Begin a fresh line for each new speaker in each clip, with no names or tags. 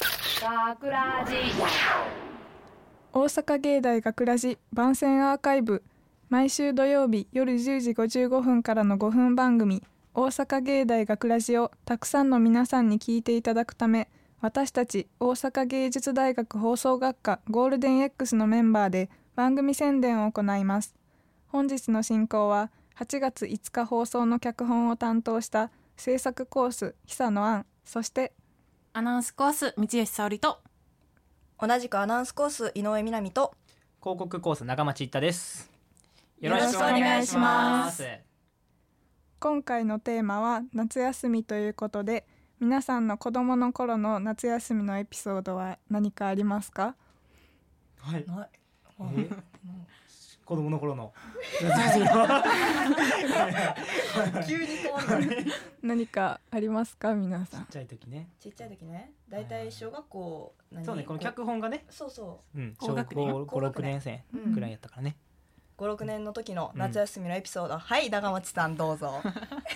学ラジ
大阪芸大学ラジ番宣アーカイブ毎週土曜日夜10時55分からの5分番組「大阪芸大学ラジをたくさんの皆さんに聞いていただくため私たち大阪芸術大学放送学科ゴールデン X のメンバーで番組宣伝を行います本日の進行は8月5日放送の脚本を担当した制作コース久野杏そして
アナウンスコース道吉沙織と
同じくアナウンスコース井上みなみと
広告コース長町一太です
よろしくお願いします
今回のテーマは夏休みということで皆さんの子供の頃の夏休みのエピソードは何かありますか
はい
ない
え 子供の頃の夏休みは
急に止ま る
何かありますか皆さ
ちっ
ん
ちゃい時ね
ちっちゃい時ね大体小学校何
そうねこの脚本がね
そうそ
うん
高
小
学
学
年
校五六年生
う、
くらいやったからね
56年の時の夏休みのエピソード、はい長町さんどうぞ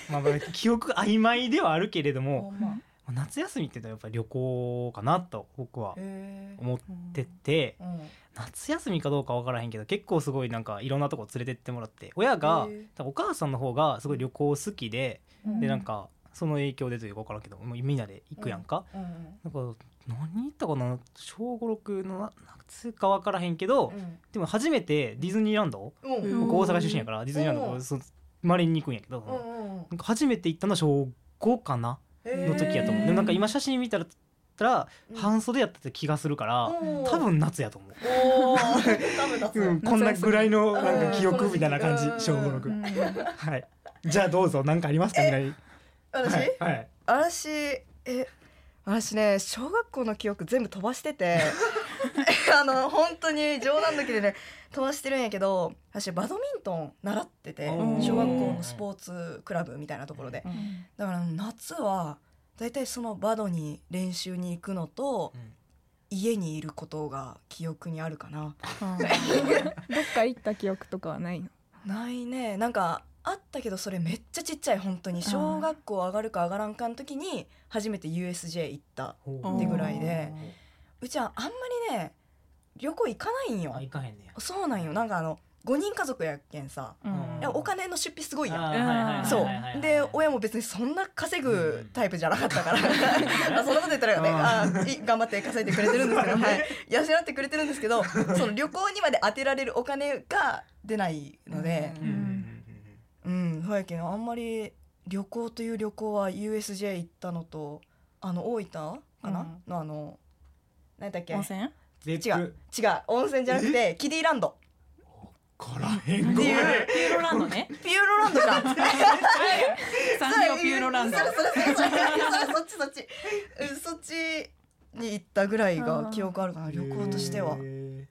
まあまあ記憶曖昧ではあるけれども
んま
夏休みっていうのはやっぱり旅行かなと僕は
へえ
思ってて
うん
夏休みかどうかわからへんけど結構すごいなんかいろんなとこ連れてってもらって親が
へえ
多分お母さんの方がすごい旅行好きで
うん
でなんかその影響でというか分からんけどもうみんなで行くやんか、
うん
なんか何行ったかな小56の夏か分からへんけど、
うん
でも初めてディズニーランド、
うんうん
僕大阪出身やからディズニーランド
う
こうんそまれに行くんやけど、
うんうん
なんか初めて行ったのは小5かな
へえ
の時やと思う、でもなんか今写真見たらたら
うん
半袖やったって気がするから、
うん
多分夏やと思う。
おー多分夏
うん、
夏
こんなぐらいのなんか記
う
憶
ん
みたいな感じ
この時期
小五
う
六
うん
はいじゃあどうぞ何かありますかみなり
私、
はい、はい、
私え私ね小学校の記憶全部飛ばしててあの本当に冗談抜きでね飛ばしてるんやけど私バドミントン習ってて
お
ー
小学校のスポーツクラブみたいなところでだから夏は大体そのバドに練習に行くのと家にいることが記憶にあるかな
どっか行った記憶とかはないの
ないねなんかあったけどそれめっちゃちっちゃい本当に小学校上がるか上がらんかの時に初めて USJ 行った
ってぐらい
でうちはあんまりね旅行行かないんよ
あ行かへんねや
そうなんよなんかあの5人家族やっけんさ
うん
いやお金の出費すごいやん
あーはいはいはい
そう
はいはいはい
で親も別にそんな稼ぐタイプじゃなかった からあそんなこと言ったらよねあ
うん
ーい頑張って稼いでくれてるんです けど、はい、養ってくれてるんですけどその旅行にまで当てられるお金が出ないので
うんうんうん
うんそうやけんあんまり旅行という旅行は USJ 行ったのとあの大分かな、
うん
のあの何だっけ
温泉
うん
違う違う温泉じゃなくてキディランド
からへん
っていう
ピューロランドね
ピューロランドか
サンリオピューロランド
それそれそれそれそっちそっちうんそっちに行ったぐらいが記憶あるかな旅行としてはうん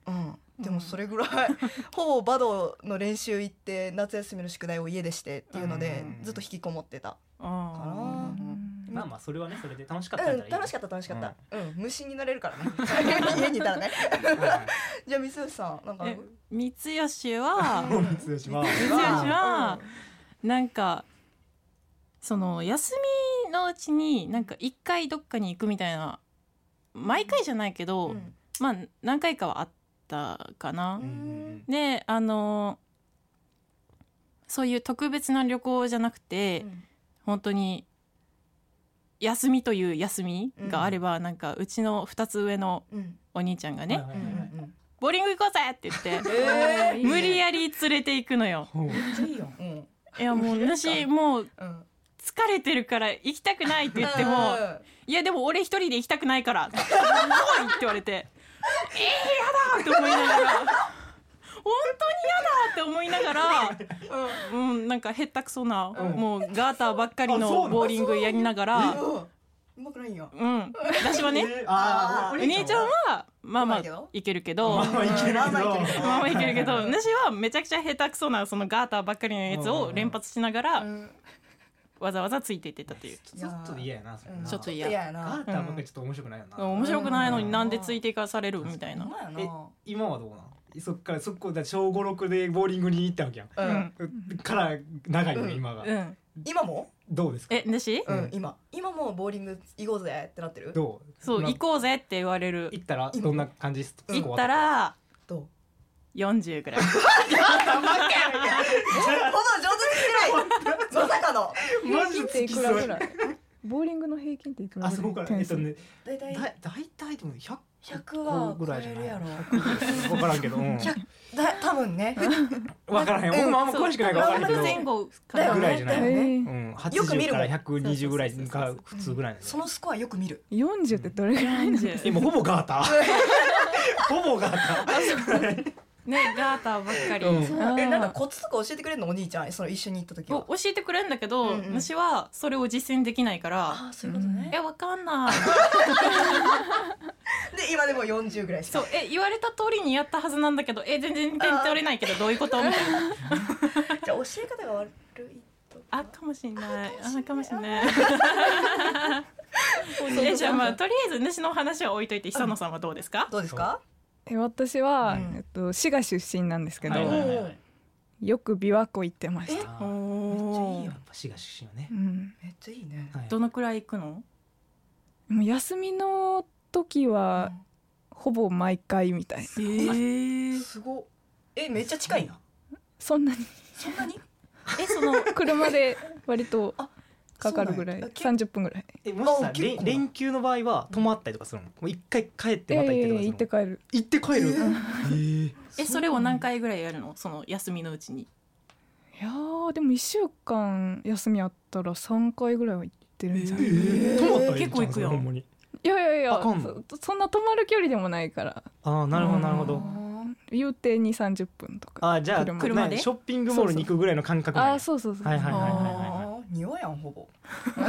でもそれぐらい ほぼバドの練習行って夏休みの宿題を家でしてっていうので
うん
ずっと引きこもってたか
あ
な
まあまあそれはねそれで楽しかったら
う
いい
ん、楽しかった楽しかった、うん無心になれるからね家にいたらね
はい
じゃあ三吉さんなんか
え三吉は
はい失礼します
三吉はなんかその休みのうちになんか一回どっかに行くみたいな毎回じゃないけど、
うん
まあ何回かはあったかな
う。ん
であのそういう特別な旅行じゃなくて、本当に休みという休みがあれば、なんかうちの2つ上の
うん
お兄ちゃんがね、
はいはいはい
ボーリング行こうぜって言って
え
無理やり連れて行くのよ。
ほう
ー、いいよ、うん
いやもう私もう
うん、
疲れてるから行きたくないって言っても「いやでも俺一人で行きたくないから」すごいって言われて 「えー、やだ!」って思いながら「本当にやだ!」って思いながら、うん、なんかへったくそな、
うん
もうガーターばっかり
あそう
の
なの
ボーリングやりながら
うんうんうまくないよ
うん私は ね
えーあ
お
お
ー
兄ちゃんはまあま
うまいけど
あいけるけ ど。
まあいけるけど
まあまあいける
まあまあいけるけど私はめちゃくちゃ下手くそなそのガーターばっかりのやつを連発しながら
うん
わざわざついていってたっていう
ちょっと嫌やなそれ
うん
な
ちょっと嫌
いや
ガー
な
ターばっかりちょっと面白くないよな
面白くないのになんでついていかされるみたいな
ほんまやな
え今はどうなんそっからそこだって小五六でボーリングに行ったわけやん
うん
から長いよね
うん
今が
うん
今も
どうですか
え私
う
うん
ん、今今もうボーリング行こうぜってなってるど
どう
そう
まあ
行こうぜって言われる
行ったらどんな感じスコア
行ったら
う
40ぐらい
ほど上手にしてないまさかの
マジ
平均っていくらぐらいボーリングの平均っていくら
あ
ぐ
そ
ら
こ
い
からえっとね
大体
だ大体でも100
100は
ぐ
超
らいじ
え
ゃ
る
ない
やろ
分からんけど、うん、
100だ多分ね
分からへん 僕もあんま詳しくないから分から
そう
へん
前
けど、
後か
だよ
な
ぐらい
ね
じゃない
だよね
うん、
よく見
80
る
か
もん
ら120ぐらいが普通ぐらいなんで
そのスコアよく見る
四十ってどれぐらいなんですか
え
40
もうほぼガータほぼガータ
ねガーターばっかり、
うん
あー
えなんかコツとか教えてくれるのお兄ちゃんその一緒に行った時は
お教えてくれるんだけど、
うんうん
私はそれを実践できないから
あーそういうこと
「
ね
えわかんない」
で今でも40ぐらいし
そ
か
うえ言われた通りにやったはずなんだけどえ全然点取れないけどどういうことみたいな
じゃあ教え方が悪いと
あ
か
かもしんないあかもしん ないえじゃあまあとりあえず主の話は置いといて久野さんはどうですか
どうですか
え私は、
うん
えっと滋賀出身なんですけど、
はいはいはいはい
よく琵琶湖行ってました。
あ
お
ー
お
やっぱ滋賀出身はね
う、ん、
めっちゃいいね
はい
どのくらい行くの
でも休みの時はほぼ毎回みたいな。
え
うん
ー、
すごっえめっちゃ近いな
そんなに
そんなに
えその
車で割と
あ
かかるぐら
そうなん
い
や、
三十分ぐらい。
えもし
あ
さ
結構
連
な
連休の場合は泊まったりとかするのもう一回帰って
え
また行ってと
え
かする
行って帰る。
の行って帰る
えー
え
えそれを何回ぐらいやるのその休みのうちに
いやーでも一週間休みあったら三回ぐらいは行ってるんじゃない。い
ー泊まったらいいじゃん
結構行くよ
それほんまに
やいやい
あ
や
かんの
そ、そんな泊まる距離でもないから、
ああなるほどなるほど
言うて二三十分とか。
あーじゃあ
車
車で
なショッピングモールに行くぐらいの感覚なん
あ
や
あそうそうそう。
はいはいはい
あー庭やんほぼ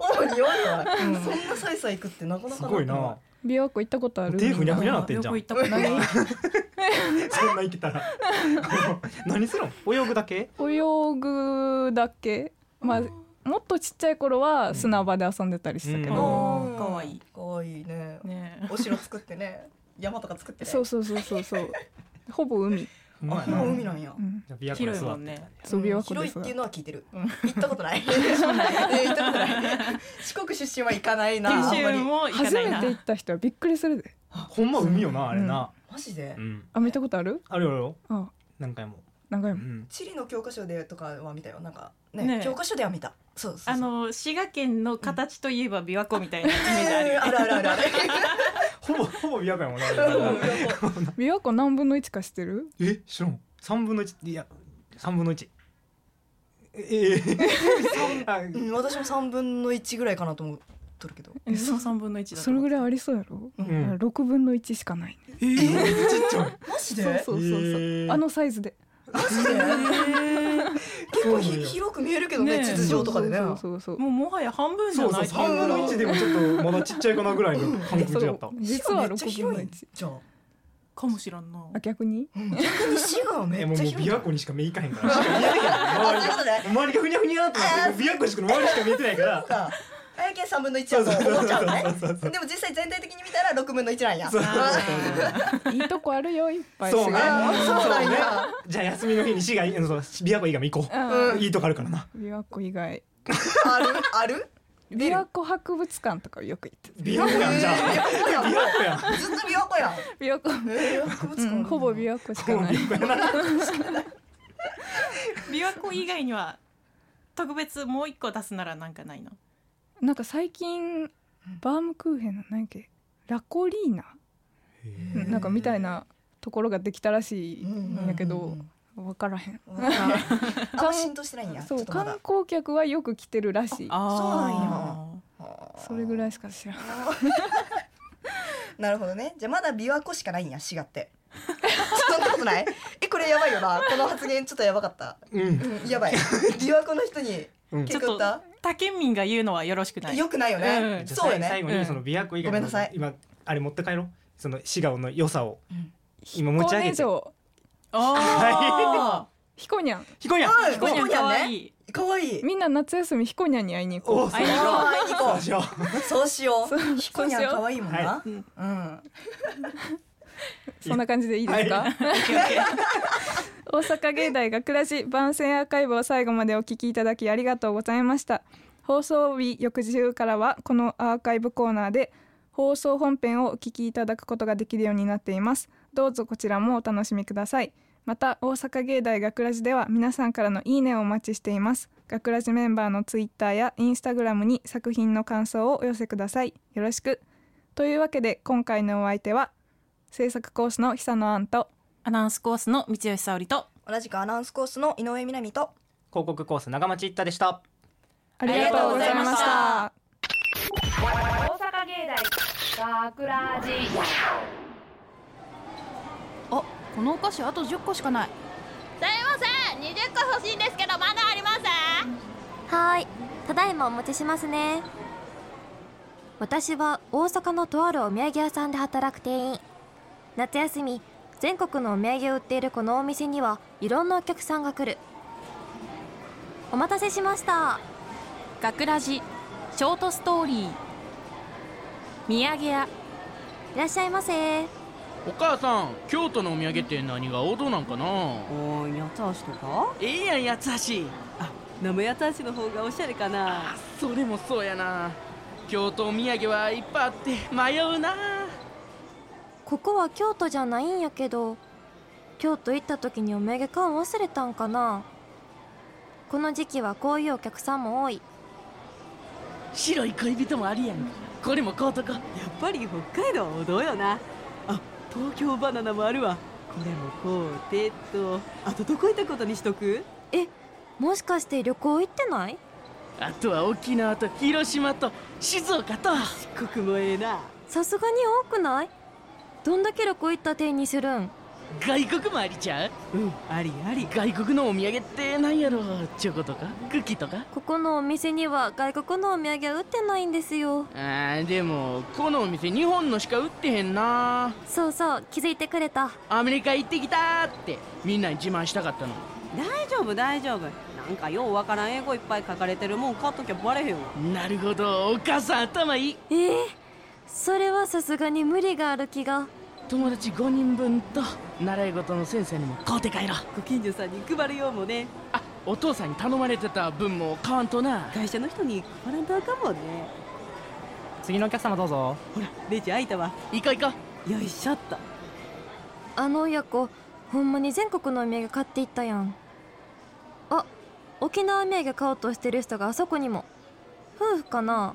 ほぼ庭やんそんなさいさい行くってなかなか
すごいな
琵琶湖行ったことある。
手ふにゃふにゃなってん
よ
じゃん
く行ったことない
ない
そんな生きたら 何するの泳ぐだけ
泳ぐだけまあもっとちっちゃい頃は砂場で遊んでたりしたけ
う
ど、
ん
うん
かわいい
かわいいね
ね
お城作ってね 山とか作ってね
そうそうそうそうそうほぼ海、
う
あ
まい
もう海
な
なんや
うん、
じゃあ琵琶湖に座っ
広
て
いもんね
そう琵琶湖
広
で
いっ
すが
ていうのは聞いてる行ったことない行ったことない四国出身は行かない
え
なあん
九
ま
州
り
も行か
初
な
め
い
て
な
行った人はびっくりするで
ほんま海よなあれな
マジで
うん
あ見たことある
あるよあるよ
あ
何回も
何回
う
も
ん
地理の教科書でとかは見たよなんか
ね
ね教科書では見たそうそうそう
あの滋賀県の形といえば琵琶湖みたいなイメージある
えーあるあるあるある
ほぼほぼ琵琶湖やもんなあ
う
れ
ん
な
琵琶湖何分の1か知ってる
え知らん三分の一いや三分の一ええあ
うん私も三分の一ぐらいかなと思っとるけど
えその3分の1だと
それぐらいありそうやろ、
う
うん6分の1しかない、ね、
えーちっちゃい
マジ
そうそうそうそう、
へー
あのサイズで
マジで結構
そうなん
ひ
や
広く見えるけど
ね
ね
え
地図上とかでね
そうそうそうそう
もうもはや半分じゃ
そう
な
そ
いう
三分の一でもちょっとまだちっちゃいかなぐらいの感覚
そ
だ
う
った
実は
めっち
6
ゃ
分
広
の
い
1
じゃん
かもしらんな
あ逆に
うん逆に滋賀はめ
え
っ
もう
ち
も
ゃ
う
広い
琵
じゃん
琶湖にしか目いかへんからしか見えてへん周りが
そうだね
周りがふにゃふにゃってなって琵琶湖しか周りしか見えてないから
そうかあやけん3分の1
そう
や
そ
と
うそう
思っちゃうのね
そうそう
でも実際全体的に見たら6分の1なんや
そう
いいとこあるよいっぱい
そうね
あーそうなんや
そうねじゃあ休みの日に市外あのそう琵琶湖以外も行こ
うん
ういいとこあるからな
琵琶湖以外
あるある
琵琶湖博物館とかよく行って
琵琶湖やんじゃあ
えー琵琶湖
琵琶
や
湖やん
んずっと琵琶湖やん
琵琶湖、
えー博物
う
館ある
ん、
な
ほぼ琵琶湖しかない
もう琵琶湖やな
琵琶湖以外には特別もう一個出すならなんかないの
なんか最近バームクーヘンの何やっけラコリーナ
へー
なんかみたいなところができたらしい
うんうんうんうん
んだけど分からへん
あんま浸透してないんやち
そ
ょ
う
っとま
観
だ
光客はよく来てるらしい
あ
それぐらいしか知らん
なるほどねじゃあまだ琵琶湖しかないんや滋賀ってそんなことない えこれやばいよなこの発言ちょっとやばかった
うん
うんやばい琵琶湖の人に
うん
ちょ
結
っ
構
と
った
他県民が言うのはよろしくない
よくないよね、
うん
そうよ
最
ね
後にその琵琶湖以外
ごめ
の
んなさい
今あれ持って帰ろうその滋賀の良さを
うん
今持ち上
彦
げて
根城
あ
彦にゃん
ひこにゃん
うん
ーこにゃんかわいい
かわいい
みんな夏休み彦にゃんに会いに行
お
こ
お
う
そ
あ
う
いいよ
あーいい子
そうしよ
そ
そう
うしよう。ひこにゃん可愛いもんな。
は
うん。
そんな感じでいいですか、
は
オッケーオッケー
大阪芸大学ラジ番宣アーカイブを最後までお聞きいただきありがとうございました放送日翌日からはこのアーカイブコーナーで放送本編をお聞きいただくことができるようになっていますどうぞこちらもお楽しみくださいまた大阪芸大学ラジでは皆さんからのいいねをお待ちしています学ラジメンバーのツイッターやインスタグラムに作品の感想をお寄せくださいよろしくというわけで今回のお相手は制作コースの久野杏と
アナウンスコースの道吉沙織と
同じくアナウンスコースの井上みなみと
広告コース長町一太でした
あ
りがとうございました
大阪芸大学ラジ
あこのお菓子あと10個しかない
すいません20個欲しいんですけどまだあります
はーいただいまお持ちしますね私は大阪のとあるお土産屋さんで働く店員夏休み全国のお土産を売っているこのお店にはいろんなお客さんが来るお待たせしました
学ラジショートストーリー土産屋
いらっしゃいませ
お母さん京都のお土産って何が王道なんかな
おーい八橋とか
ええやん八橋
生八橋の方がおしゃれかな
それもそうやな京都お土産はいっぱいあって迷うな
ここは京都じゃないんやけど京都行った時にお土産缶忘れたんかなこの時期はこういうお客さんも多い
白い恋人もありやんこれも買うとか
やっぱり北海道は王道よなあ東京バナナもあるわこれもこうてっとあとどこ行ったことにしとく
えもしかして旅行行ってない
あとは沖縄と広島と静岡と
四国もええな
さすがに多くないどんだけ旅行行った手にするん
外国もありちゃう
うんありあり
外国のお土産って何やろチョコとかクッキーとか
ここのお店には外国のお土産は売ってないんですよ
あーでもこのお店日本のしか売ってへんな
そうそう気づいてくれた
アメリカ行ってきたってみんなに自慢したかったの
大丈夫大丈夫なんかようわからん英語いっぱい書かれてるもん買っときゃバレへんわ
なるほどお母さん頭いい
えー、それはさすがに無理がある気が
友達5人分と習い事の先生にも買うて帰ろう
ご近所さんに配るようもね
あお父さんに頼まれてた分も買わんとな
会社の人に配らんとあかんもんね
次のお客様どうぞ
ほらレジ開いたわ
行こう行こ
よいしょっと
あの親子ほんまに全国のお土産買っていったやんあ沖縄土産買おうとしてる人があそこにも夫婦か
も
な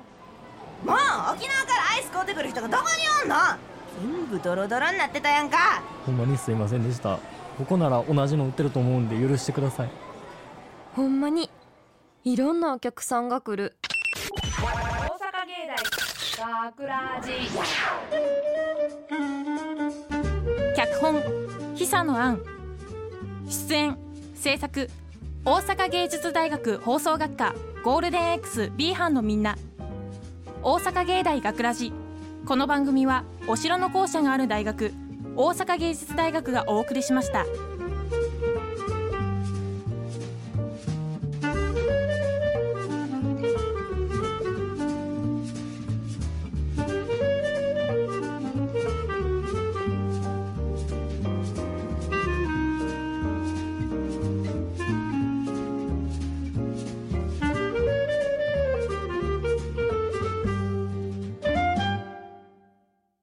う沖縄からアイス買うてくる人がどこにおんの全部ドロドロになってたやんか
ほんまにすいませんでしたここなら同じの売ってると思うんで許してください
ほんまにいろんなお客さんが来る
大阪芸大学ラジ
脚本久野杏出演制作大阪芸術大学放送学科ゴールデン XB 班のみんな大阪芸大学ラジこの番組はお城の校舎がある大学大阪芸術大学がお送りしました。